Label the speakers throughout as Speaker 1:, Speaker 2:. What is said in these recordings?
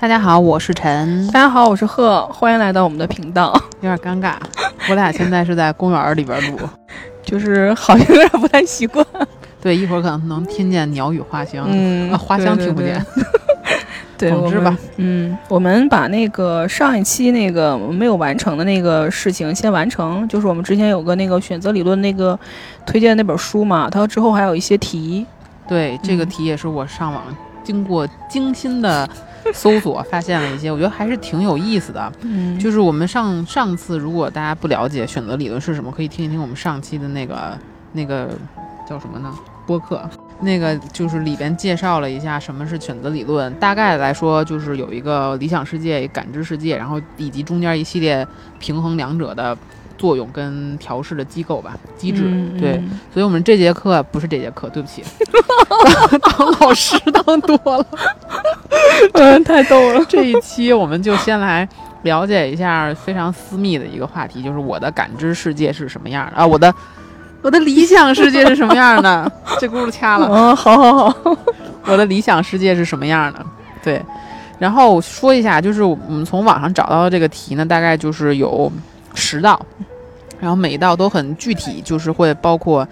Speaker 1: 大家好，我是陈，
Speaker 2: 大家好，我是贺，欢迎来到我们的频道。
Speaker 1: 有点尴尬，我俩现在是在公园里边录，
Speaker 2: 就是好像有点不太习惯，
Speaker 1: 对，一会儿可能能听见鸟语花香，
Speaker 2: 嗯
Speaker 1: 啊，花香听不见，，
Speaker 2: 对对对对，
Speaker 1: 总之
Speaker 2: 我
Speaker 1: 吧
Speaker 2: 们，嗯，我们把那个上一期那个没有完成的那个事情先完成，就是我们之前有个那个选择理论那个推荐的那本书嘛，它之后还有一些题，
Speaker 1: 对这个
Speaker 2: 嗯
Speaker 1: 题也是我上网经过精心的搜索发现了一些，我觉得还是挺有意思的。
Speaker 2: 嗯
Speaker 1: 就是我们上上次，如果大家不了解选择理论是什么，可以听一听我们上期的那个那个叫什么呢？播客。那个就是里边介绍了一下什么是选择理论，大概来说就是有一个理想世界、感知世界，然后以及中间一系列平衡两者的作用跟调试的机构吧机制。
Speaker 2: 嗯
Speaker 1: 对，
Speaker 2: 嗯
Speaker 1: 所以我们这节课啊不是这节课，对不起，当老师当多了。
Speaker 2: 嗯，太逗了，
Speaker 1: 这一期我们就先来了解一下非常私密的一个话题，就是我的感知世界是什么样的啊，我的我的理想世界是什么样的？这轱辘掐了，
Speaker 2: 嗯，好好好，
Speaker 1: 我的理想世界是什么样的？对，然后说一下，就是我们从网上找到的这个题呢，大概就是有十道，然后每一道都很具体，就是会包括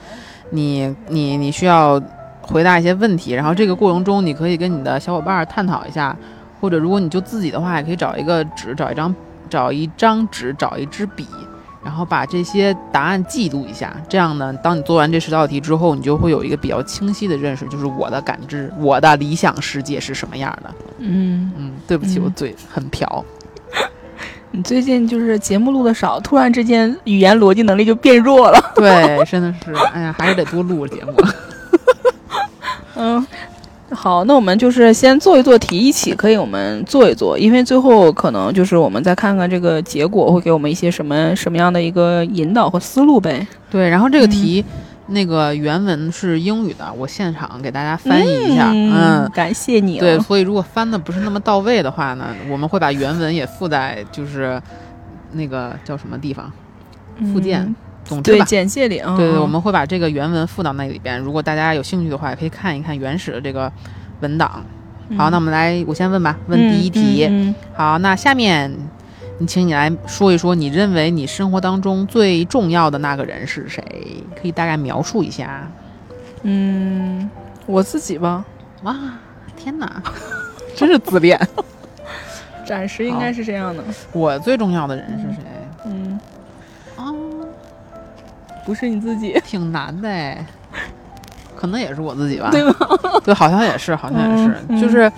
Speaker 1: 你你你需要回答一些问题，然后这个过程中你可以跟你的小伙伴儿探讨一下，或者如果你就自己的话，也可以找一个纸，找一张找一张纸，找一支笔。然后把这些答案记录一下，这样呢，当你做完这十道题之后，你就会有一个比较清晰的认识，就是我的感知，我的理想世界是什么样的。
Speaker 2: 嗯。
Speaker 1: 嗯，对不起，
Speaker 2: 嗯
Speaker 1: 我嘴很瓢。
Speaker 2: 你最近就是节目录的少，突然之间语言逻辑能力就变 弱了。
Speaker 1: 对，真的是，哎呀，还是得多录节目。
Speaker 2: 嗯，好，那我们就是先做一做题，一起可以我们做一做，因为最后可能就是我们再看看这个结果会给我们一些什么什么样的一个引导和思路呗。
Speaker 1: 对，然后这个题，那个原文是英语的，我现场给大家翻译一下。嗯，
Speaker 2: 感谢你、啊。
Speaker 1: 对，，所以如果翻的不是那么到位的话呢，我们会把原文也附在就是那个叫什么地方附件。
Speaker 2: 嗯、
Speaker 1: 总之
Speaker 2: 对
Speaker 1: 吧，
Speaker 2: 简介里啊。
Speaker 1: 对对，我们会把这个原文附到那里边。如果大家有兴趣的话，也可以看一看原始的这个文档。好，那我
Speaker 2: 么
Speaker 1: 们来，我先问吧，问第一题。
Speaker 2: 嗯嗯
Speaker 1: 好，那下面，你请你来说一说，你认为你生活当中最重要的那个人是谁？可以大概描述一下。
Speaker 2: 嗯我自己吧，
Speaker 1: 哇，天哪， 真是自恋。
Speaker 2: 暂时应该是这样的。
Speaker 1: 我最重要的人是谁？
Speaker 2: 嗯，
Speaker 1: 啊，
Speaker 2: 不是你自己。
Speaker 1: 挺难的哎，可能也是我自己吧。
Speaker 2: 对
Speaker 1: 吧？对，好像也是，好像也是，
Speaker 2: 嗯嗯
Speaker 1: 就是。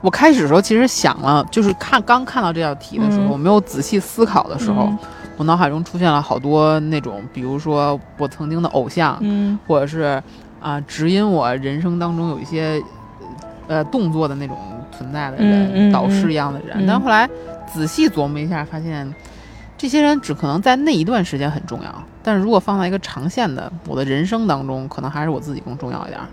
Speaker 1: 我开始的时候其实想了，就是看刚看到这道题的时候，
Speaker 2: 嗯
Speaker 1: 我没有仔细思考的时候，我脑海中出现了好多那种，比如说我曾经的偶像，
Speaker 2: 嗯
Speaker 1: 或者是啊、指引我人生当中有一些呃动作的那种存在的人，
Speaker 2: 嗯嗯
Speaker 1: 导师一样的人。
Speaker 2: 嗯
Speaker 1: 但后来仔细琢磨一下，发现这些人只可能在那一段时间很重要，但是如果放在一个长线的我的人生当中，可能还是我自己更重要一点儿。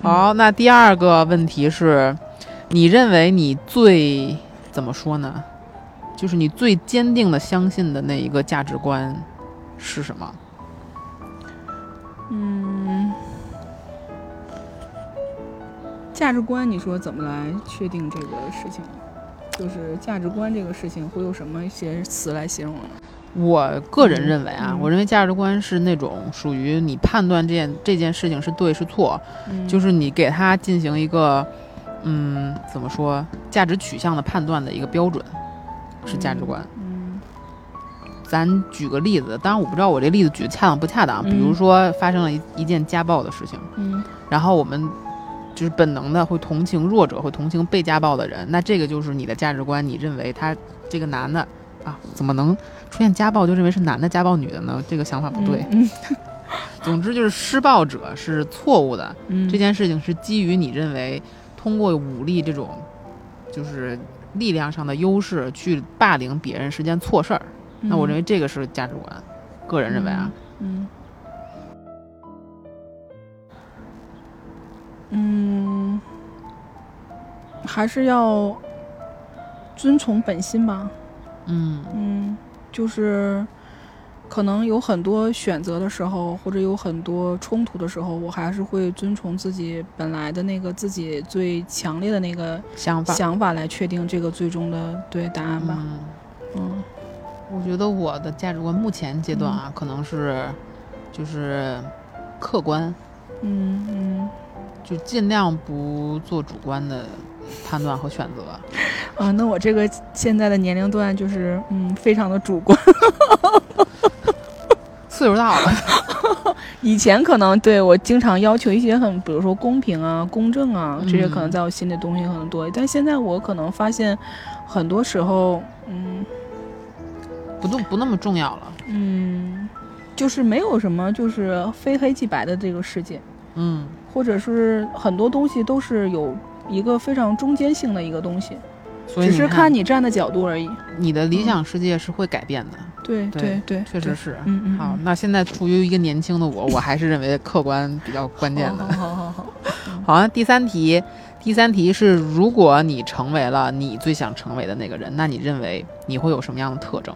Speaker 1: 好，那第二个问题是，你认为你最怎么说呢？就是你最坚定的相信的那一个价值观是什么？
Speaker 2: 嗯，价值观，你说怎么来确定这个事情？就是价值观这个事情会用什么一些词来形容呢？
Speaker 1: 我个人认为啊，
Speaker 2: 嗯嗯
Speaker 1: 我认为价值观是那种属于你判断这件这件事情是对是错，
Speaker 2: 嗯
Speaker 1: 就是你给它进行一个，嗯，怎么说，价值取向的判断的一个标准，是价值观。
Speaker 2: 嗯
Speaker 1: 咱举个例子，当然我不知道我这例子举的恰当不恰当，
Speaker 2: 嗯
Speaker 1: 比如说发生了一一件家暴的事情，
Speaker 2: 嗯
Speaker 1: 然后我们就是本能的会同情弱者，会同情被家暴的人。那这个就是你的价值观，你认为他这个男的啊，怎么能出现家暴就认为是男的家暴女的呢？这个想法不对。
Speaker 2: 嗯
Speaker 1: 总之就是施暴者是错误的，
Speaker 2: 嗯
Speaker 1: 这件事情是基于你认为通过武力这种就是力量上的优势去霸凌别人是件错事儿。那我认为这个是价值观，个人认为啊。
Speaker 2: 嗯嗯，还是要遵从本心吧。
Speaker 1: 嗯
Speaker 2: 嗯，就是可能有很多选择的时候，或者有很多冲突的时候，我还是会遵从自己本来的那个自己最强烈的那个
Speaker 1: 想法。
Speaker 2: 想法来确定这个最终的对答案吧。
Speaker 1: 嗯，
Speaker 2: 嗯
Speaker 1: 我觉得我的价值观目前阶段啊，可能是就是客观，
Speaker 2: 嗯嗯
Speaker 1: 就尽量不做主观的判断和选择。
Speaker 2: 啊，那我这个现在的年龄段就是嗯，非常的主观。
Speaker 1: 岁数大了，
Speaker 2: 以前可能对我经常要求一些很，比如说公平啊、公正啊这些，可能
Speaker 1: 嗯
Speaker 2: 在我心里东西可能多。但现在我可能发现，很多时候，嗯
Speaker 1: 不那不那么重要了。
Speaker 2: 嗯，就是没有什么就是非黑即白的这个世界，
Speaker 1: 嗯
Speaker 2: 或者是很多东西都是有一个非常中间性的一个东西，，
Speaker 1: 所以
Speaker 2: 只
Speaker 1: 你
Speaker 2: 是
Speaker 1: 看
Speaker 2: 看你站的角度而已。
Speaker 1: 你的理想世界是会改变的，
Speaker 2: 对
Speaker 1: 对
Speaker 2: 对，
Speaker 1: 确实
Speaker 2: 对，
Speaker 1: 是。
Speaker 2: 嗯嗯，
Speaker 1: 好，
Speaker 2: 嗯
Speaker 1: 那现在处于一个年轻的我，我还是认为客观比较关键的
Speaker 2: 好。好好好好，
Speaker 1: 好，那第三题，第三题是：如果你成为了你最想成为的那个人，那你认为你会有什么样的特征、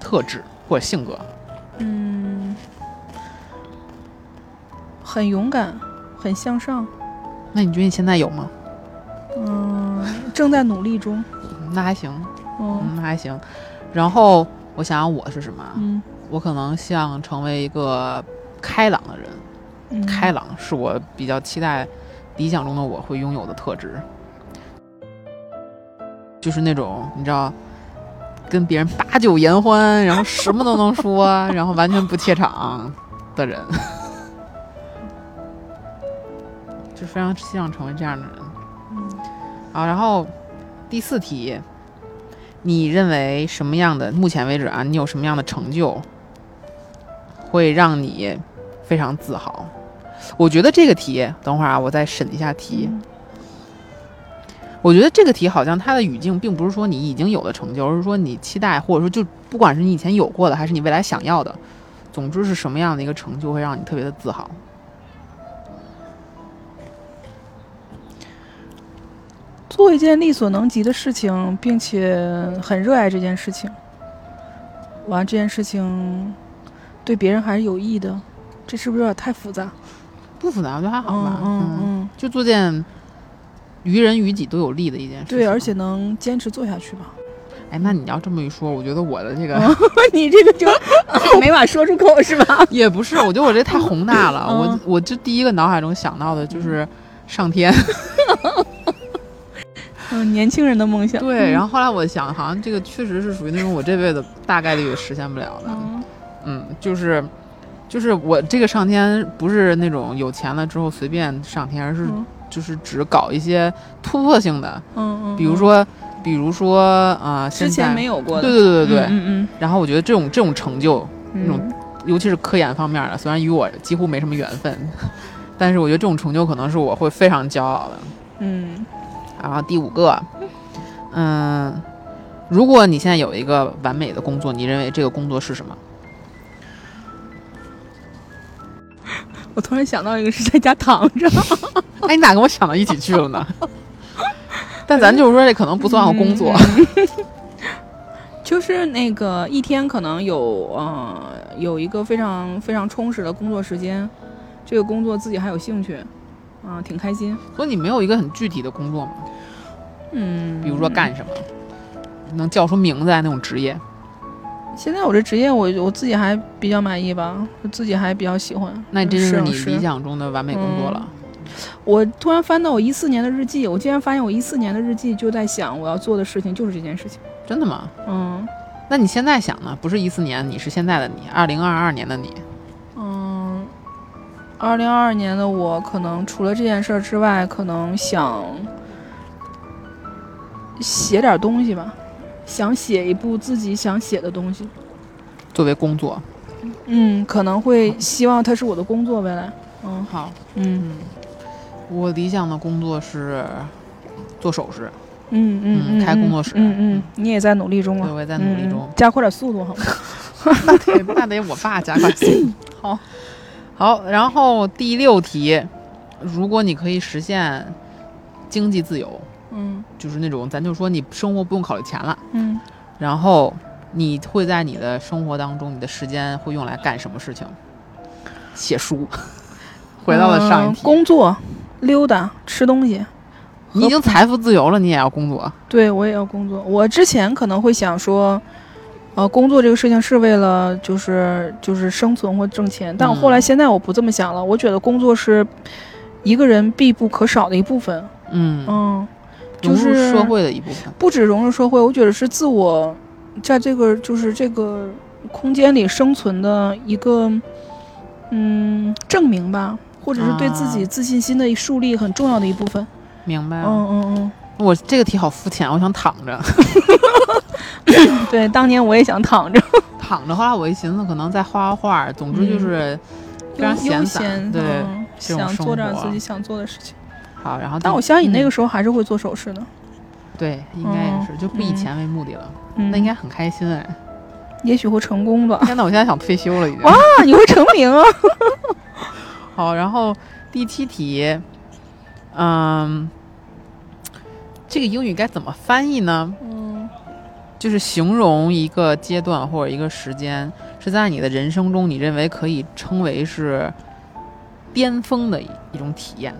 Speaker 1: 特质或者性格？
Speaker 2: 嗯，很勇敢，很向上。
Speaker 1: 那你觉得你现在有吗？
Speaker 2: 嗯，正在努力中。
Speaker 1: 那还行，
Speaker 2: 嗯
Speaker 1: 嗯，那还行。然后我想想我是什么啊？
Speaker 2: 嗯，
Speaker 1: 我可能想成为一个开朗的人，
Speaker 2: 嗯
Speaker 1: 开朗是我比较期待理想中的我会拥有的特质，就是那种你知道，跟别人把酒言欢，然后什么都能说，然后完全不怯场的人， 就非常希望成为这样的人。
Speaker 2: 嗯
Speaker 1: 好，啊然后第四题，你认为什么样的？目前为止啊，你有什么样的成就会让你非常自豪？我觉得这个题，等会儿啊，我再审一下题。
Speaker 2: 嗯
Speaker 1: 我觉得这个题好像它的语境并不是说你已经有的成就，而是说你期待，或者说就不管是你以前有过的，还是你未来想要的，总之是什么样的一个成就会让你特别的自豪？
Speaker 2: 做一件力所能及的事情，并且很热爱这件事情。完，这件事情对别人还是有益的。这是不是有点太复杂？
Speaker 1: 不复杂，我觉得还好吧。
Speaker 2: 嗯嗯，
Speaker 1: 就做件于人于己都有利的一件事情。
Speaker 2: 对，而且能坚持做下去 吧。
Speaker 1: 哎，那你要这么一说，我觉得我的这个、
Speaker 2: 嗯你这个就没法说出口是吧？
Speaker 1: 也不是，我觉得我这太宏大了。
Speaker 2: 嗯
Speaker 1: 我我这第一个脑海中想到的就是上天，
Speaker 2: 嗯，年轻人的梦想。
Speaker 1: 对。然
Speaker 2: 后
Speaker 1: 后后来我想，好像这个确实是属于那种我这辈子大概率实现不了的。
Speaker 2: 嗯
Speaker 1: 嗯，就是就是我这个上天不是那种有钱了之后随便上天，而是
Speaker 2: 嗯
Speaker 1: 就是只搞一些突破性的，
Speaker 2: 嗯嗯，
Speaker 1: 比如说比如说啊、呃，
Speaker 2: 之前没
Speaker 1: 有
Speaker 2: 有过
Speaker 1: 对
Speaker 2: 的，
Speaker 1: 对对对对。
Speaker 2: 嗯
Speaker 1: 然后我觉得这种这种成就
Speaker 2: 嗯嗯，
Speaker 1: 那种尤其是科研方面的，虽然与我几乎没什么缘分， 但是我觉得这种成就可能是我会非常骄傲的。
Speaker 2: 嗯
Speaker 1: 然后第五个，嗯，如果你现在有一个完美的工作，你认为这个工作是什么？
Speaker 2: 我突然想到一个是在家躺着，
Speaker 1: 哎，你咋跟我想到一起去了呢？但咱就是说，这可能不算个工作。
Speaker 2: 就是那个一天可能有呃有一个非常非常充实的工作时间，这个工作自己还有兴趣，啊、挺开心。
Speaker 1: 所以你没有一个很具体的工作吗？
Speaker 2: 嗯，
Speaker 1: 比如说干什么，能叫出名字来那种职业？
Speaker 2: 现在我这职业我我自己还比较满意吧，我自己还比较喜欢。
Speaker 1: 那这就
Speaker 2: 摄
Speaker 1: 是
Speaker 2: 影
Speaker 1: 你
Speaker 2: 师
Speaker 1: 理想中的完美工作了。
Speaker 2: 我突然翻到我一四年的日记，我竟然发现我一四年的日记就在想我要做的事情就是这件事情。
Speaker 1: 真的吗？
Speaker 2: 嗯
Speaker 1: 那你现在想呢？不是一四年，你是现在的你，二零二二年的你。
Speaker 2: 嗯，二零二二年的我可能除了这件事儿之外，可能想写点东西吧，想写一部自己想写的东西。
Speaker 1: 作为工作。
Speaker 2: 嗯，可能会希望它是我的工作未来。嗯
Speaker 1: 好，嗯，
Speaker 2: 嗯
Speaker 1: 我理想的工作是做首饰，
Speaker 2: 嗯嗯
Speaker 1: 嗯开工作室
Speaker 2: 嗯嗯，你也在努力中
Speaker 1: 对，
Speaker 2: 啊，
Speaker 1: 我也在努力中
Speaker 2: 嗯嗯。加快点速度好吗？
Speaker 1: 那得那得我爸加快速 度。好，好，然后第六题，如果你可以实现经济自由，
Speaker 2: 嗯
Speaker 1: 就是那种咱就说你生活不用考虑钱了，
Speaker 2: 嗯
Speaker 1: 然后你会在你的生活当中，你的时间会用来干什么事情？写书。 回到了上一
Speaker 2: 嗯
Speaker 1: 题，
Speaker 2: 工作、溜达、吃东西。
Speaker 1: 你已经财富自由了，你也要工作。
Speaker 2: 对我也要工作。我之前可能会想说，呃，工作这个事情是为了就是就是生存或挣钱，但我后来
Speaker 1: 嗯
Speaker 2: 现在我不这么想了。我觉得工作是一个人必不可少的一部分。
Speaker 1: 嗯，
Speaker 2: 嗯，就
Speaker 1: 融入
Speaker 2: 是
Speaker 1: 社会的一部分。
Speaker 2: 不止融入社会，我觉得是自我在这个就是这个空间里生存的一个嗯证明吧，或者是对自己
Speaker 1: 啊
Speaker 2: 自信心的树立很重要的一部分。
Speaker 1: 明白了。
Speaker 2: 嗯嗯
Speaker 1: 我这个题好肤浅，我想躺着，
Speaker 2: 嗯，对，当年我也想躺着，
Speaker 1: 躺着。后来我一寻思，可能在画画画，总之就是非常
Speaker 2: 嗯悠悠
Speaker 1: 闲散。
Speaker 2: 闲，
Speaker 1: 对，
Speaker 2: 嗯
Speaker 1: 这种
Speaker 2: 想
Speaker 1: 生
Speaker 2: 做点
Speaker 1: 活
Speaker 2: 自己想做的事情。
Speaker 1: 好，然后
Speaker 2: 啊但
Speaker 1: 第
Speaker 2: 我相信你那个
Speaker 1: 嗯
Speaker 2: 时候还是会做首饰的，
Speaker 1: 对，应该也是，就不以
Speaker 2: 嗯
Speaker 1: 钱为目的了。
Speaker 2: 嗯，
Speaker 1: 那应该很开心哎！
Speaker 2: 也许会成功吧。
Speaker 1: 天呐，我现在想退休了已经。
Speaker 2: 哇啊， 你会成名 啊！
Speaker 1: 好，然后第七题，嗯，这个英语该怎么翻译呢？
Speaker 2: 嗯
Speaker 1: 就是形容一个阶段或者一个时间，是在你的人生中，你认为可以称为是巅峰的一一种体验。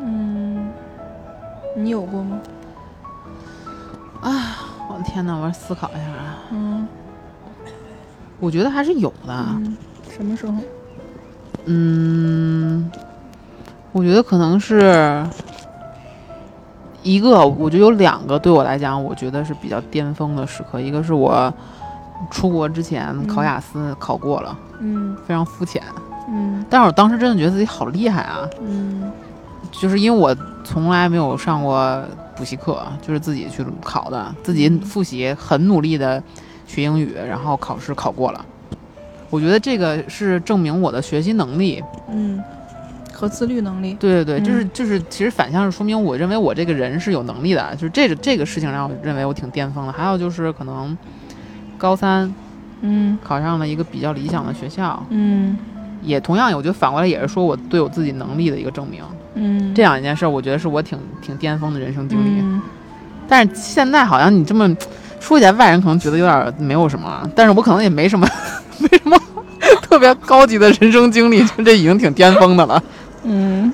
Speaker 2: 嗯，你有过吗？
Speaker 1: 我的哦天呐，我要思考一下啊，
Speaker 2: 嗯
Speaker 1: 我觉得还是有的。啊
Speaker 2: 嗯，什么时候？
Speaker 1: 嗯，我觉得可能是一个，我觉得有两个对我来讲，我觉得是比较巅峰的时刻。一个是我出国之前考雅思考过了，
Speaker 2: 嗯
Speaker 1: 非常肤浅，
Speaker 2: 嗯
Speaker 1: 但是我当时真的觉得自己好厉害啊，
Speaker 2: 嗯
Speaker 1: 就是因为我从来没有上过补习课，就是自己去考的，自己复习，很努力的学英语，然后考试考过了。我觉得这个是证明我的学习能力，
Speaker 2: 嗯，和自律能力。
Speaker 1: 对对对，就是
Speaker 2: 嗯
Speaker 1: 就是，其实反向是说明我认为我这个人是有能力的，就是这个这个事情让我认为我挺巅峰的。还有就是可能高三
Speaker 2: 嗯
Speaker 1: 考上了一个比较理想的学校，
Speaker 2: 嗯
Speaker 1: 也同样我觉得反过来也是说我对我自己能力的一个证明。
Speaker 2: 嗯，
Speaker 1: 这两件事，我觉得是我挺挺巅峰的人生经历。
Speaker 2: 嗯
Speaker 1: 但是现在好像你这么说起来，外人可能觉得有点没有什么，但是我可能也没什么 没什么特别高级的人生经历，就这已经挺巅峰的了。
Speaker 2: 嗯，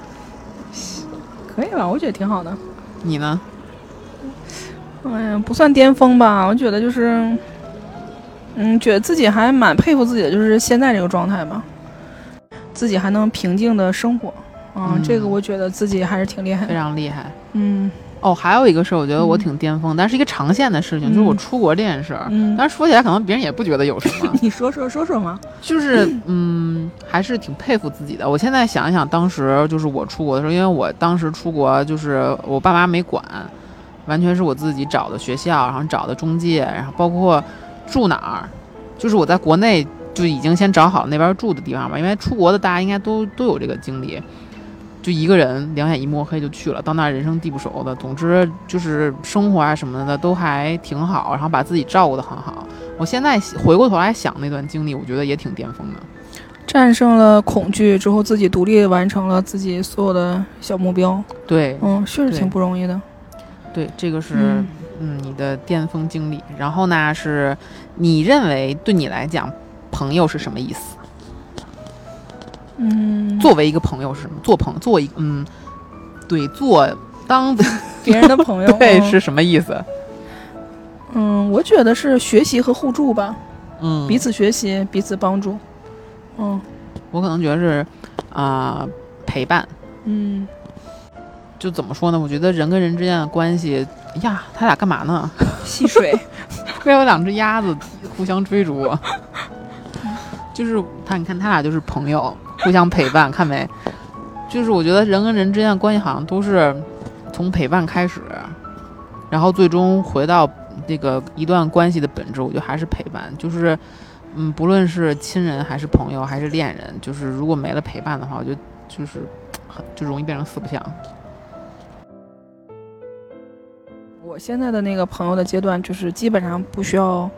Speaker 2: 可以吧？我觉得挺好的。
Speaker 1: 你呢？
Speaker 2: 哎呀，不算巅峰吧，我觉得就是，嗯，觉得自己还蛮佩服自己的，就是现在这个状态吧，自己还能平静的生活，啊，
Speaker 1: 嗯
Speaker 2: 这个我觉得自己还是挺厉害
Speaker 1: 非
Speaker 2: 的，
Speaker 1: 常厉害。
Speaker 2: 嗯
Speaker 1: 哦，还有一个事儿，我觉得我
Speaker 2: 嗯
Speaker 1: 挺巅峰，但是一个长线的事情，就是我
Speaker 2: 嗯
Speaker 1: 出国这件事儿。
Speaker 2: 嗯，，
Speaker 1: 但是说起来，可能别人也不觉得有什么
Speaker 2: 你说说说说嘛，
Speaker 1: 就是嗯，还是挺佩服自己的。我现在想一想，当时就是我出国的时候，因为我当时出国就是我爸妈没管，完全是我自己找的学校，然后找的中介，然后包括住哪儿，就是我在国内就已经先找好那边住的地方吧，因为出国的大家应该都都有这个经历。就一个人两眼一抹黑就去了，到那儿人生地不熟的，总之就是生活啊什么的都还挺好，然后把自己照顾得很好。我现在回过头来想那段经历，我觉得也挺巅峰的。
Speaker 2: 战胜了恐惧之后，自己独立地完成了自己所有的小目标，
Speaker 1: 对
Speaker 2: 嗯，确实
Speaker 1: 对
Speaker 2: 挺不容易的，
Speaker 1: 对，这个是
Speaker 2: 嗯
Speaker 1: 嗯你的巅峰经历。然后呢，是你认为对你来讲，朋友是什么意思？
Speaker 2: 嗯，
Speaker 1: 作为一个朋友是什么？做朋做一嗯，对，做当
Speaker 2: 别人的朋 友，
Speaker 1: 对
Speaker 2: 嗯
Speaker 1: 是，什么意思？
Speaker 2: 嗯，我觉得是学习和互助吧，
Speaker 1: 嗯，
Speaker 2: 彼此学习，彼此帮助，嗯
Speaker 1: 我可能觉得是啊、陪伴。
Speaker 2: 嗯。
Speaker 1: 就怎么说呢？我觉得人跟人之间的关系，哎呀，他俩干嘛呢？
Speaker 2: 戏水，
Speaker 1: 会有两只鸭子互相追逐， 就是他，你看他俩就是朋友，互相陪伴，看没？就是我觉得人跟人之间的关系好像都是从陪伴开始，然后最终回到这个一段关系的本质，我觉得还是陪伴。就是，嗯，不论是亲人还是朋友还是恋人，就是如果没了陪伴的话，我觉得就是很就容易变成四不像。
Speaker 2: 我现在的那个朋友的阶段，就是基本上不需要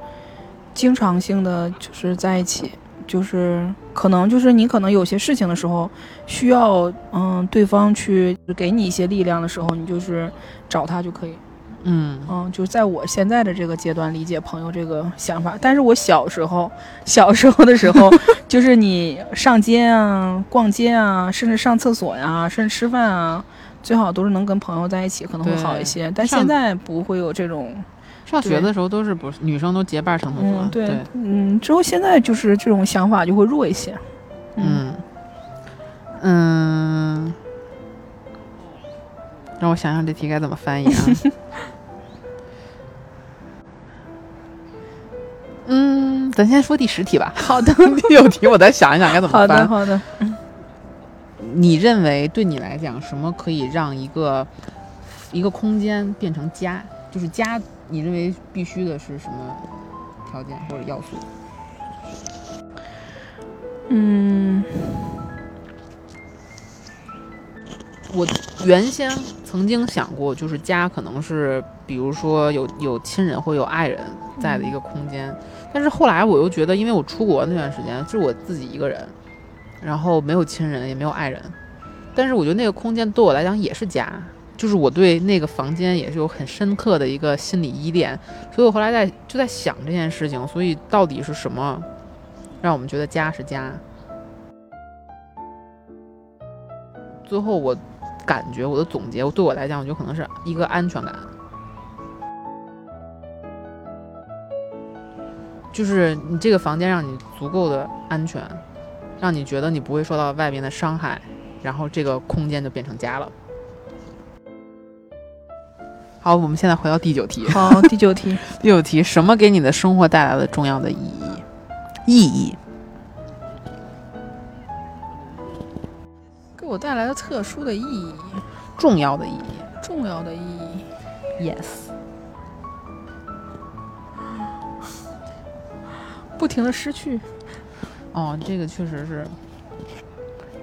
Speaker 2: 经常性的就是在一起，就是可能就是你可能有些事情的时候，需要嗯对方去给你一些力量的时候，你就是找他就可以。
Speaker 1: 嗯，
Speaker 2: 嗯，就是在我现在的这个阶段理解朋友这个想法，但是我小时候，小时候的时 候，就是你上街啊、逛街啊，甚至上厕所呀、甚至吃饭啊，最好都是能跟朋友在一起，可能会
Speaker 1: 对
Speaker 2: 好一些。但
Speaker 1: 上
Speaker 2: 现在不会有这种，
Speaker 1: 上学
Speaker 2: 对
Speaker 1: 的时候都是不是女生都结伴上厕所，
Speaker 2: 嗯，
Speaker 1: 对，
Speaker 2: 嗯，之后现在就是这种想法就会弱一些。
Speaker 1: 嗯，嗯，让我想想这题该怎么翻译啊。嗯，咱先说第十题吧。好的，第九题我再想一想该怎么
Speaker 2: 好的，
Speaker 1: 翻。
Speaker 2: 好的。
Speaker 1: 你认为对你来讲，什么可以让一个一个空间变成家？就是家，你认为必须的是什么条件或者要素？
Speaker 2: 嗯
Speaker 1: 我原先曾经想过，就是家可能是，比如说有有亲人或有爱人在的一个空间，但是后来我又觉得，因为我出国那段时间就是我自己一个人，然后没有亲人也没有爱人，但是我觉得那个空间对我来讲也是家，就是我对那个房间也是有很深刻的一个心理依恋，所以我后来在就在想这件事情，所以到底是什么让我们觉得家是家？最后我感觉，我的总结，对我来讲，我觉得可能是一个安全感，就是你这个房间让你足够的安全，让你觉得你不会受到外面的伤害，然后这个空间就变成家了。好，我们现在回到第九题。
Speaker 2: 好，第九题，
Speaker 1: 第九题，什么给你的生活带来了重要的意义？意义，
Speaker 2: 给我带来了特殊的意义，
Speaker 1: 重要的意义。
Speaker 2: 重要的意义。
Speaker 1: Yes，
Speaker 2: 不停的失去，
Speaker 1: 哦，这个确实是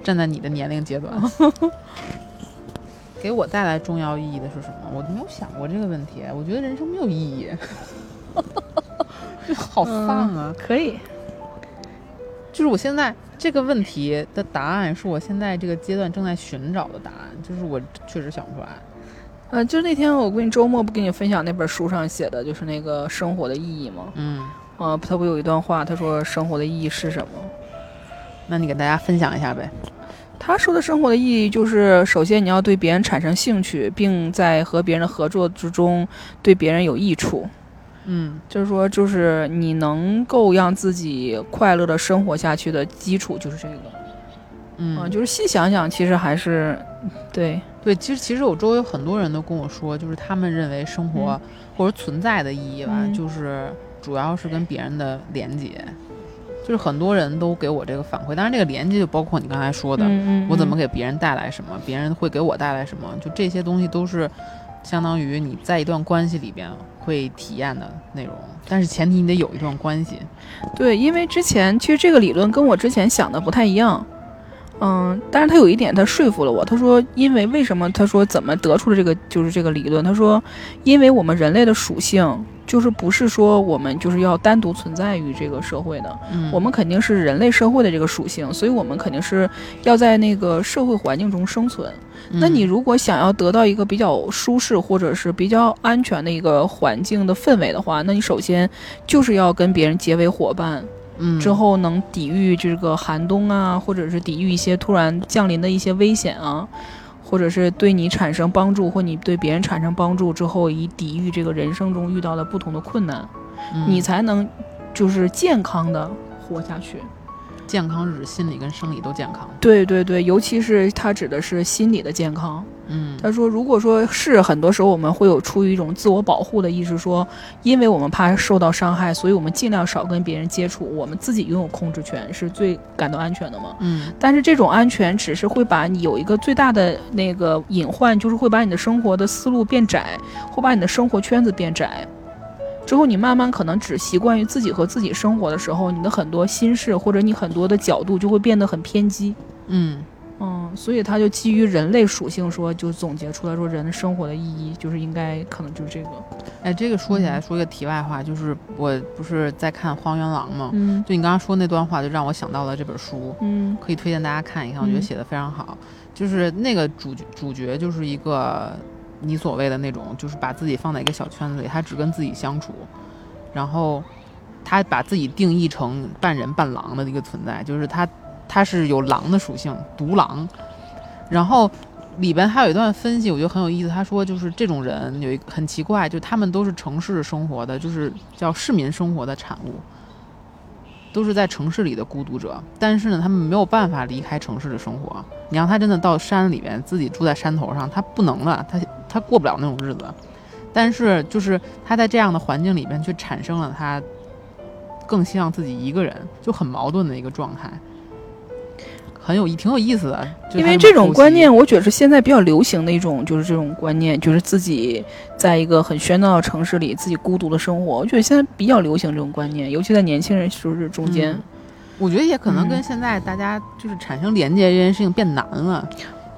Speaker 1: 站在你的年龄阶段， 给我带来重要意义的是什么？我都没有想过这个问题。我觉得人生没有意义， 这好丧啊！
Speaker 2: 可以，
Speaker 1: 就是我现在这个问题的答案，是我现在这个阶段正在寻找的答案，就是我确实想不出来。
Speaker 2: 呃，就是那天我跟你周末不跟你分享那本书上写的，就是那个生活的意义吗？
Speaker 1: 嗯，
Speaker 2: 呃，他不有一段话，他说生活的意义是什么？
Speaker 1: 那你给大家分享一下呗。
Speaker 2: 他说的生活的意义就是，首先你要对别人产生兴趣，并在和别人的合作之中对别人有益处。
Speaker 1: 嗯
Speaker 2: 就是说，就是你能够让自己快乐的生活下去的基础就是这个。
Speaker 1: 嗯
Speaker 2: 啊、就是细想想，其实还是对，
Speaker 1: 对，其实其实我周围有很多人都跟我说，就是他们认为生活或者存在的意义吧，
Speaker 2: 嗯
Speaker 1: 就是主要是跟别人的连接。就是很多人都给我这个反馈，当然这个连接就包括你刚才说的，
Speaker 2: 嗯嗯
Speaker 1: 我怎么
Speaker 2: 嗯
Speaker 1: 给别人带来什么，别人会给我带来什么，就这些东西都是相当于你在一段关系里边会体验的内容，但是前提你得有一段关系。
Speaker 2: 对，因为之前其实这个理论跟我之前想的不太一样，嗯，但是他有一点他说服了我，他说因为为什么他说怎么得出的这个就是这个理论，他说因为我们人类的属性就是不是说我们就是要单独存在于这个社会的，
Speaker 1: 嗯，
Speaker 2: 我们肯定是人类社会的这个属性，所以我们肯定是要在那个社会环境中生存。那
Speaker 1: 嗯
Speaker 2: 你如果想要得到一个比较舒适或者是比较安全的一个环境的氛围的话，那你首先就是要跟别人结为伙伴，
Speaker 1: 嗯
Speaker 2: 之后能抵御这个寒冬啊，或者是抵御一些突然降临的一些危险啊，或者是对你产生帮助，或你对别人产生帮助之后，以抵御这个人生中遇到的不同的困难，
Speaker 1: 嗯
Speaker 2: 你才能就是健康的活下去。
Speaker 1: 健康是指心理跟生理都健康。
Speaker 2: 对对对，尤其是它指的是心理的健康。
Speaker 1: 嗯
Speaker 2: 他说，如果说是很多时候我们会有出于一种自我保护的意识说，因为我们怕受到伤害，所以我们尽量少跟别人接触，我们自己拥有控制权是最感到安全的嘛。
Speaker 1: 嗯
Speaker 2: 但是这种安全只是会把你有一个最大的那个隐患，就是会把你的生活的思路变窄，会把你的生活圈子变窄。之后你慢慢可能只习惯于自己和自己生活的时候，你的很多心事或者你很多的角度就会变得很偏激。
Speaker 1: 嗯
Speaker 2: 嗯，嗯，所以他就基于人类属性说，就总结出来说人生活的意义就是应该可能就是这个。
Speaker 1: 哎，这个说起
Speaker 2: 嗯
Speaker 1: 来说一个题外话，就是我不是在看《荒原狼》吗？
Speaker 2: 嗯
Speaker 1: 就你刚刚说那段话，就让我想到了这本书，
Speaker 2: 嗯
Speaker 1: 可以推荐大家看一看，我觉得
Speaker 2: 嗯
Speaker 1: 写的非常好。就是那个主角主角就是一个你所谓的那种，就是把自己放在一个小圈子里，他只跟自己相处，然后他把自己定义成半人半狼的一个存在，就是他他是有狼的属性，独狼。然后里边还有一段分析，我觉得很有意思。他说，就是这种人有一个很奇怪，就他们都是城市生活的，就是叫市民生活的产物，都是在城市里的孤独者。但是呢，他们没有办法离开城市的生活。你让他真的到山里边，自己住在山头上，他不能了，他他过不了那种日子。但是，就是他在这样的环境里边，却产生了他更希望自己一个人，就很矛盾的一个状态，很有挺有意思的。就是
Speaker 2: 因
Speaker 1: 他
Speaker 2: 为
Speaker 1: 们
Speaker 2: 这种
Speaker 1: 剖析
Speaker 2: 观念，我觉得是现在比较流行的一种，就是这种观念，就是自己在一个很喧闹的城市里，自己孤独的生活。我觉得现在比较流行这种观念，尤其在年轻人就是中间。
Speaker 1: 嗯我觉得也可能跟
Speaker 2: 嗯
Speaker 1: 现在大家就是产生连接这件事情变难了。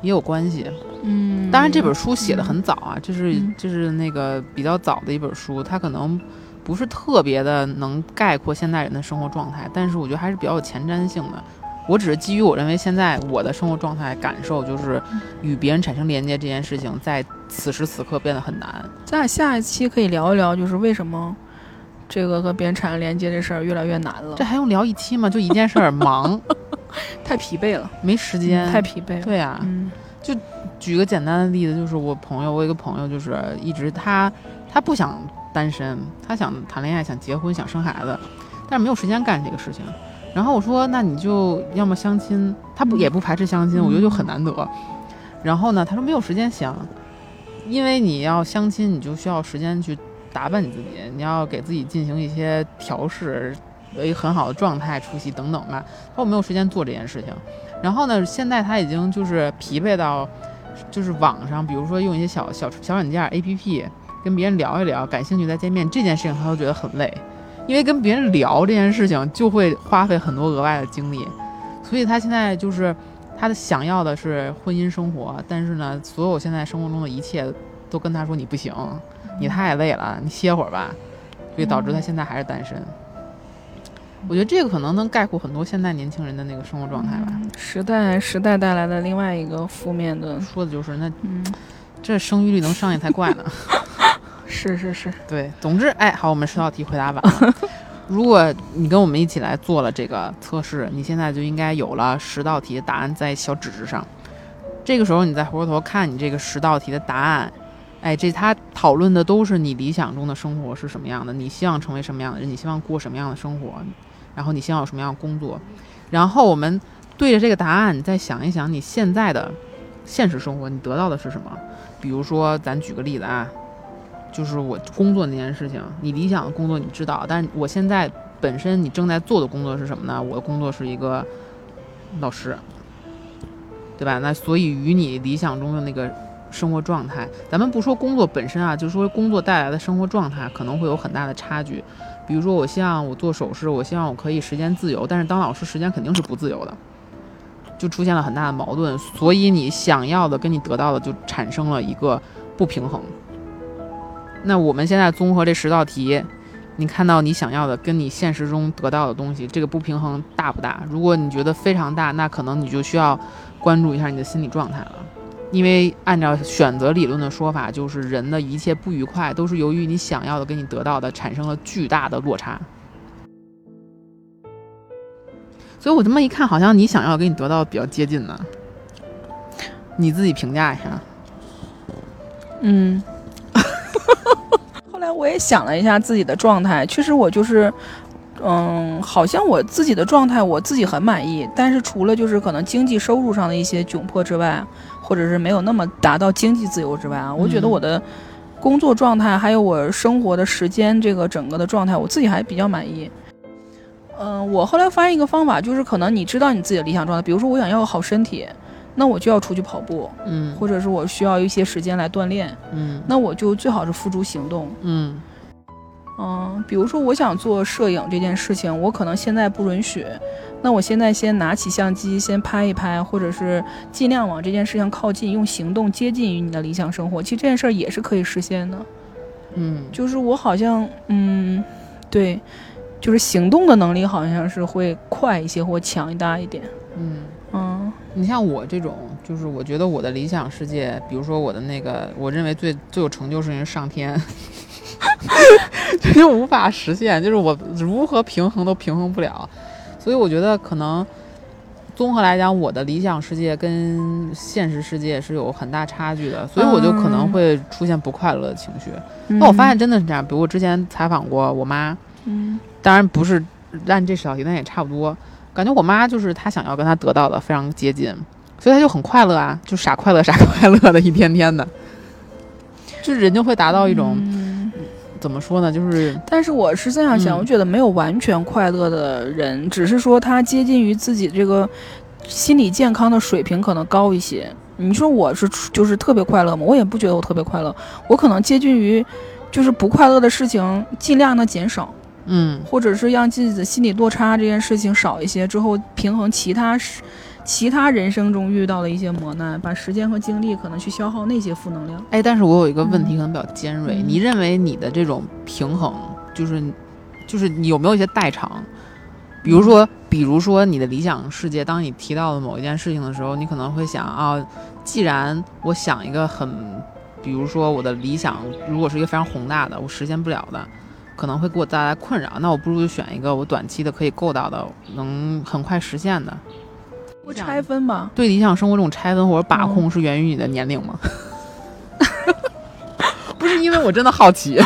Speaker 1: 也有关系，
Speaker 2: 嗯
Speaker 1: 当然这本书写的很早啊，这是
Speaker 2: 嗯
Speaker 1: 这是那个比较早的一本书，它可能不是特别的能概括现代人的生活状态，但是我觉得还是比较有前瞻性的。我只是基于我认为现在我的生活状态感受，就是嗯与别人产生连接这件事情，在此时此刻变得很难。
Speaker 2: 咱俩下一期可以聊一聊，就是为什么这个和别人产生连接这事儿越来越难了
Speaker 1: 这，还用聊一期吗？就一件事儿，忙，
Speaker 2: 太疲惫了，
Speaker 1: 没时 间，
Speaker 2: 嗯太疲惫了。
Speaker 1: 对啊，
Speaker 2: 嗯
Speaker 1: 举个简单的例子，就是我朋友，我有一个朋友，就是一直他他不想单身，他想谈恋爱，想结婚，想生孩子，但是没有时间干这个事情。然后我说，那你就要么相亲，他不
Speaker 2: 嗯
Speaker 1: 也不排斥相亲，我觉得
Speaker 2: 嗯
Speaker 1: 就很难得。然后呢，他说没有时间想，因为你要相亲，你就需要时间去打扮你自己，你要给自己进行一些调试，为很好的状态出席等等吧。他说我没有时间做这件事情。然后呢，现在他已经就是疲惫到，就是网上，比如说用一些小小小软件 APP 跟别人聊一聊，感兴趣再见面这件事情，他都觉得很累，因为跟别人聊这件事情就会花费很多额外的精力，所以他现在就是他的想要的是婚姻生活，但是呢，所有现在生活中的一切都跟他说你不行，你太累了，你歇会儿吧，所以导致他现在还是单身。我觉得这个可能能概括很多现在年轻人的那个生活状态吧。
Speaker 2: 嗯时代时代带来的另外一个负面的，
Speaker 1: 说的就是那
Speaker 2: 嗯，
Speaker 1: 这生育率能上去才怪呢。
Speaker 2: 是是是，
Speaker 1: 对，总之，哎，好，我们十道题回答完了。如果你跟我们一起来做了这个测试，你现在就应该有了十道题的答案在小纸纸上。这个时候，你再回过头看你这个十道题的答案，哎，这它讨论的都是你理想中的生活是什么样的，你希望成为什么样的人，你希望过什么样的生活，然后你希望有什么样的工作，然后我们对着这个答案，你再想一想你现在的现实生活，你得到的是什么？比如说，咱举个例子啊，就是我工作那件事情，你理想的工作你知道，但是我现在本身你正在做的工作是什么呢？我的工作是一个老师，对吧？那所以与你理想中的那个生活状态，咱们不说工作本身啊，就说工作带来的生活状态可能会有很大的差距。比如说，我希望我做首饰，我希望我可以时间自由，但是当老师时间肯定是不自由的，就出现了很大的矛盾。所以你想要的跟你得到的就产生了一个不平衡。那我们现在综合这十道题，你看到你想要的跟你现实中得到的东西，这个不平衡大不大？如果你觉得非常大，那可能你就需要关注一下你的心理状态了。因为按照选择理论的说法，就是人的一切不愉快都是由于你想要的跟你得到的产生了巨大的落差。所以我这么一看，好像你想要跟你得到的比较接近呢。你自己评价一下。
Speaker 2: 嗯。 后来我也想了一下自己的状态，其实我就是，嗯，好像我自己的状态我自己很满意，但是除了就是可能经济收入上的一些窘迫之外，或者是没有那么达到经济自由之外啊，我觉得
Speaker 1: 嗯
Speaker 2: 我的工作状态还有我生活的时间这个整个的状态，我自己还比较满意。嗯，我后来发现一个方法，就是可能你知道你自己的理想状态，比如说我想要个好身体，那我就要出去跑步，
Speaker 1: 嗯
Speaker 2: 或者是我需要一些时间来锻炼，
Speaker 1: 嗯
Speaker 2: 那我就最好是付诸行动。
Speaker 1: 嗯
Speaker 2: 嗯，比如说我想做摄影这件事情，我可能现在不允许，那我现在先拿起相机先拍一拍，或者是尽量往这件事情靠近，用行动接近于你的理想生活。其实这件事儿也是可以实现的。
Speaker 1: 嗯，
Speaker 2: 就是我好像，嗯，对，就是行动的能力好像是会快一些或强大一点。
Speaker 1: 嗯，
Speaker 2: 嗯
Speaker 1: 你像我这种，就是我觉得我的理想世界，比如说我的那个，我认为最最有成就事情是上天， 这就无法实现，就是我如何平衡都平衡不了，所以我觉得可能综合来讲，我的理想世界跟现实世界是有很大差距的，所以我就可能
Speaker 2: 嗯
Speaker 1: 会出现不快乐的情绪。
Speaker 2: 嗯
Speaker 1: 那我发现，真的是这样，比如我之前采访过我妈，
Speaker 2: 嗯
Speaker 1: 当然不是按这小题，但也差不多。感觉我妈就是她想要跟她得到的非常接近，所以她就很快乐啊，就傻快乐傻快乐的一天天的，就是人就会达到一种、
Speaker 2: 嗯
Speaker 1: 怎么说呢，就是
Speaker 2: 但是我实际上想，
Speaker 1: 嗯
Speaker 2: 我觉得没有完全快乐的人，只是说他接近于自己这个心理健康的水平可能高一些。你说我是出就是特别快乐吗？我也不觉得我特别快乐，我可能接近于就是不快乐的事情尽量的减少，
Speaker 1: 嗯
Speaker 2: 或者是让自己的心理落差这件事情少一些，之后平衡其他事其他人生中遇到的一些磨难，把时间和精力可能去消耗那些负能量。
Speaker 1: 哎，但是我有一个问题可能比较尖锐，
Speaker 2: 嗯
Speaker 1: 你认为你的这种平衡，就是就是你有没有一些代偿？比如说，比如说你的理想世界，当你提到的某一件事情的时候，你可能会想啊，既然我想一个很，比如说我的理想如果是一个非常宏大的，我实现不了的，可能会给我带来困扰，那我不如就选一个我短期的可以够到的，能很快实现的。
Speaker 2: 我拆分吧，
Speaker 1: 对理想生活这种拆分或者把
Speaker 2: 嗯
Speaker 1: 控是源于你的年龄吗？ 不是，因为我真的好奇，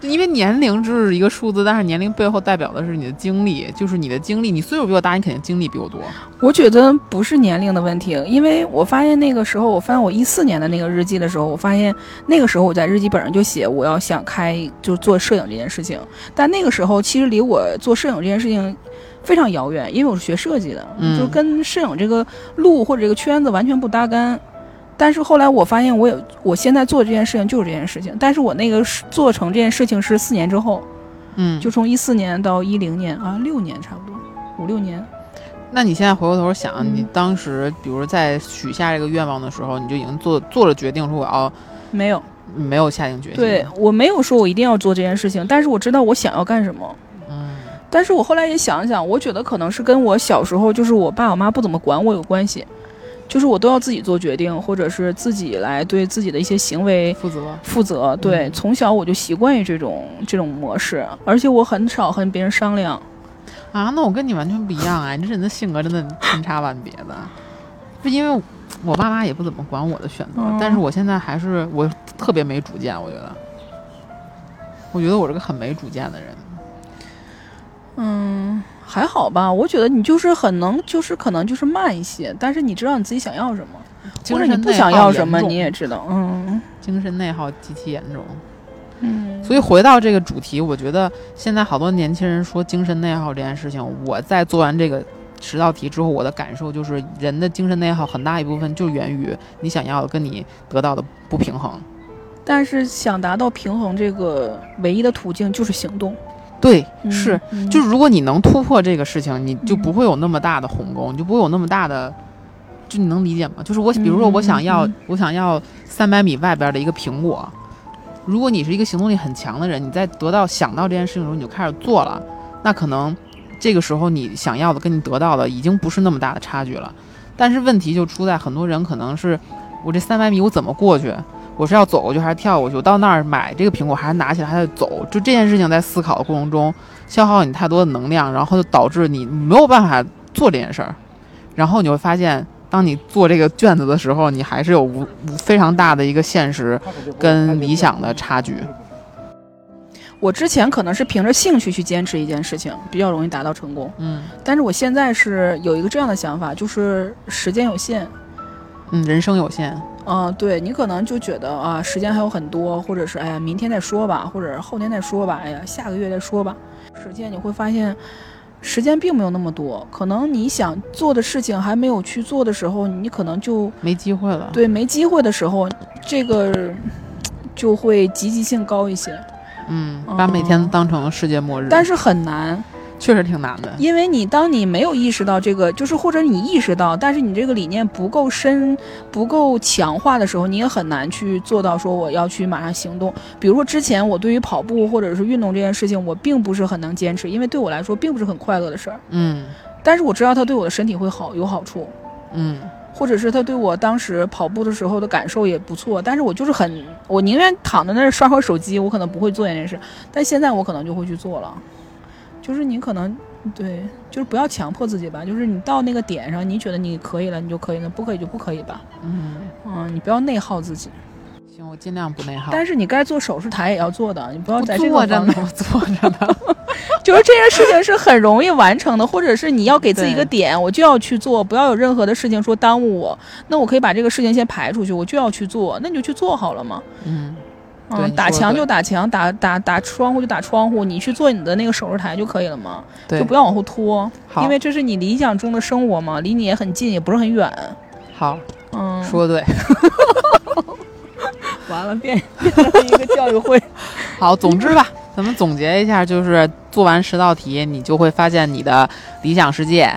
Speaker 1: 就因为年龄只是一个数字，但是年龄背后代表的是你的经历，就是你的经历。你岁数比我大，你肯定经历比我多。
Speaker 2: 我觉得不是年龄的问题，因为我发现那个时候，我翻我一四年的那个日记的时候，我发现那个时候我在日记本上就写我要想开就是做摄影这件事情，但那个时候其实离我做摄影这件事情非常遥远，因为我是学设计的，
Speaker 1: 嗯
Speaker 2: 就跟摄影这个路或者这个圈子完全不搭干。但是后来我发现，我有我现在做这件事情就是这件事情，但是我那个是做成这件事情是四年之后，
Speaker 1: 嗯，
Speaker 2: 就从一四年到一零年啊，六年差不多，五六年。
Speaker 1: 那你现在回过头想，
Speaker 2: 嗯
Speaker 1: 你当时比如在许下这个愿望的时候，你就已经做做了决定，说我要
Speaker 2: 没有，
Speaker 1: 没有下定决心。
Speaker 2: 对，我没有说我一定要做这件事情，但是我知道我想要干什么。
Speaker 1: 嗯
Speaker 2: 但是我后来也想一想，我觉得可能是跟我小时候就是我爸我妈不怎么管我有关系，就是我都要自己做决定，或者是自己来对自己的一些行为
Speaker 1: 负责。
Speaker 2: 负责。对，
Speaker 1: 嗯
Speaker 2: 从小我就习惯于这种这种模式，而且我很少和别人商量。
Speaker 1: 啊，那我跟你完全不一样啊！你这人的性格真的千差万别的，是因为我爸妈也不怎么管我的选择，
Speaker 2: 嗯
Speaker 1: 但是我现在还是我特别没主见，我觉得，我觉得我是个很没主见的人。
Speaker 2: 嗯，还好吧，我觉得你就是很能，就是可能就是慢一些，但是你知道你自己想要什么，
Speaker 1: 精
Speaker 2: 或者
Speaker 1: 神
Speaker 2: 你不
Speaker 1: 内
Speaker 2: 想
Speaker 1: 耗
Speaker 2: 要
Speaker 1: 严
Speaker 2: 什么，
Speaker 1: 重
Speaker 2: 你也知道。嗯
Speaker 1: 精神内耗极其严重。
Speaker 2: 嗯，
Speaker 1: 所以回到这个主题，我觉得现在好多年轻人说精神内耗这件事情，我在做完这个十道题之后，我的感受就是，人的精神内耗很大一部分就源于你想要的跟你得到的不平衡。
Speaker 2: 但是想达到平衡，这个唯一的途径就是行动。
Speaker 1: 对，
Speaker 2: 嗯
Speaker 1: 是。，
Speaker 2: 嗯
Speaker 1: 就是如果你能突破这个事情，你就
Speaker 2: 嗯
Speaker 1: 不会有那么大的鸿沟，你就不会有那么大的，就你能理解吗？就是我，比如说
Speaker 2: 嗯
Speaker 1: 我想要，
Speaker 2: 嗯
Speaker 1: 我想要三百米外边的一个苹果，如果你是一个行动力很强的人，你在得到想到这件事情的时候，你就开始做了，那可能这个时候你想要的跟你得到的已经不是那么大的差距了。但是问题就出在很多人可能是，我这三百米我怎么过去？我是要走过去还是跳过去？我到那儿买这个苹果还是拿起来还得走？就这件事情在思考的过程中，消耗你太多的能量，然后就导致你没有办法做这件事儿。然后你会发现，当你做这个卷子的时候，你还是有无无非常大的一个现实跟理想的差距。
Speaker 2: 我之前可能是凭着兴趣去坚持一件事情，比较容易达到成功。
Speaker 1: 嗯
Speaker 2: 但是我现在是有一个这样的想法，就是时间有限。
Speaker 1: 嗯，人生有限，
Speaker 2: 嗯，对你可能就觉得啊，时间还有很多，或者是哎呀，明天再说吧，或者是后天再说吧，哎呀，下个月再说吧。实践你会发现，时间并没有那么多，可能你想做的事情还没有去做的时候，你可能就
Speaker 1: 没机会了。
Speaker 2: 对，没机会的时候，这个就会积极性高一些。
Speaker 1: 嗯，把每天都当成世界末日，
Speaker 2: 但是很难，
Speaker 1: 确实挺难的。
Speaker 2: 因为你当你没有意识到这个，就是或者你意识到，但是你这个理念不够深、不够强化的时候，你也很难去做到说我要去马上行动。比如说之前我对于跑步或者是运动这件事情，我并不是很能坚持，因为对我来说并不是很快乐的事儿。
Speaker 1: 嗯
Speaker 2: 但是我知道它对我的身体会好有好处，
Speaker 1: 嗯
Speaker 2: 或者是它对我当时跑步的时候的感受也不错。但是我就是很，我宁愿躺在那儿刷会儿手机，我可能不会做这件事。但现在我可能就会去做了，就是你可能对，就是不要强迫自己吧，就是你到那个点上，你觉得你可以了，你就可以了，不可以就不可以吧。
Speaker 1: 嗯，
Speaker 2: 嗯，你不要内耗自己，
Speaker 1: 行，我尽量不内耗。
Speaker 2: 但是你该做手术台也要做的，你不要
Speaker 1: 我
Speaker 2: 在这个
Speaker 1: 坐着
Speaker 2: 方
Speaker 1: 呢
Speaker 2: 面，
Speaker 1: 我坐着呢。
Speaker 2: 就是这件事情是很容易完成的，或者是你要给自己一个
Speaker 1: 对
Speaker 2: 点，我就要去做，不要有任何的事情说耽误我。那我可以把这个事情先排出去，我就要去做，那你就去做好了嘛。
Speaker 1: 嗯，对你
Speaker 2: 嗯，
Speaker 1: 说
Speaker 2: 打
Speaker 1: 得
Speaker 2: 墙
Speaker 1: 对
Speaker 2: 就打墙，打打打窗户就打窗户，你去做你的那个手术台就可以了嘛，
Speaker 1: 对，
Speaker 2: 就不要往后拖，
Speaker 1: 好，
Speaker 2: 因为这是你理想中的生活嘛，离你也很近，也不是很远。
Speaker 1: 好
Speaker 2: 嗯，
Speaker 1: 说得对。
Speaker 2: 完了变变成一个教育会。
Speaker 1: 好，总之吧，咱们总结一下，就是做完十道题，你就会发现你的理想世界，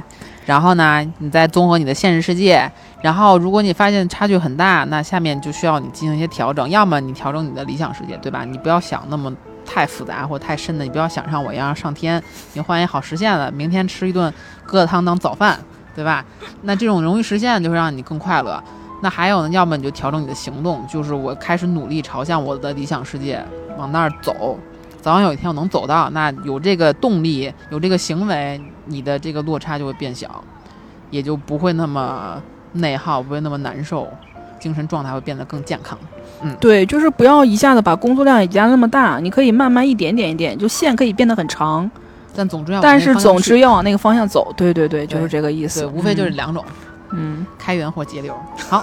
Speaker 1: 然后呢，你再综合你的现实世界，然后如果你发现差距很大，那下面就需要你进行一些调整，要么你调整你的理想世界，对吧？你不要想那么。太复杂或太深的，你不要想像我一样上天。你换一好实现的，明天吃一顿疙瘩汤当早饭，对吧？那这种容易实现，就会让你更快乐。那还有呢，要么你就调整你的行动，就是我开始努力朝向我的理想世界，往那儿走。早晚有一天我能走到，那有这个动力，有这个行为，你的这个落差就会变小，也就不会那么内耗，不会那么难受，精神状态会变得更健康。
Speaker 2: 对，就是不要一下子把工作量也加那么大，你可以慢慢一点点一点，就线可以变得很长，
Speaker 1: 但总之要，
Speaker 2: 但是总之，要往那个方向走。对对对，就是这个意思。
Speaker 1: 对，无非就是
Speaker 2: 嗯
Speaker 1: 两种，
Speaker 2: 嗯，
Speaker 1: 开源或节流。 好，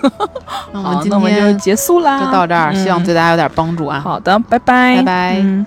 Speaker 1: 那我
Speaker 2: 好
Speaker 1: 们，今
Speaker 2: 那我们就
Speaker 1: 天
Speaker 2: 结束啦，
Speaker 1: 就到这儿，希望
Speaker 2: 嗯
Speaker 1: 对大家有点帮助啊。
Speaker 2: 好的，拜拜，
Speaker 1: 拜拜
Speaker 2: 嗯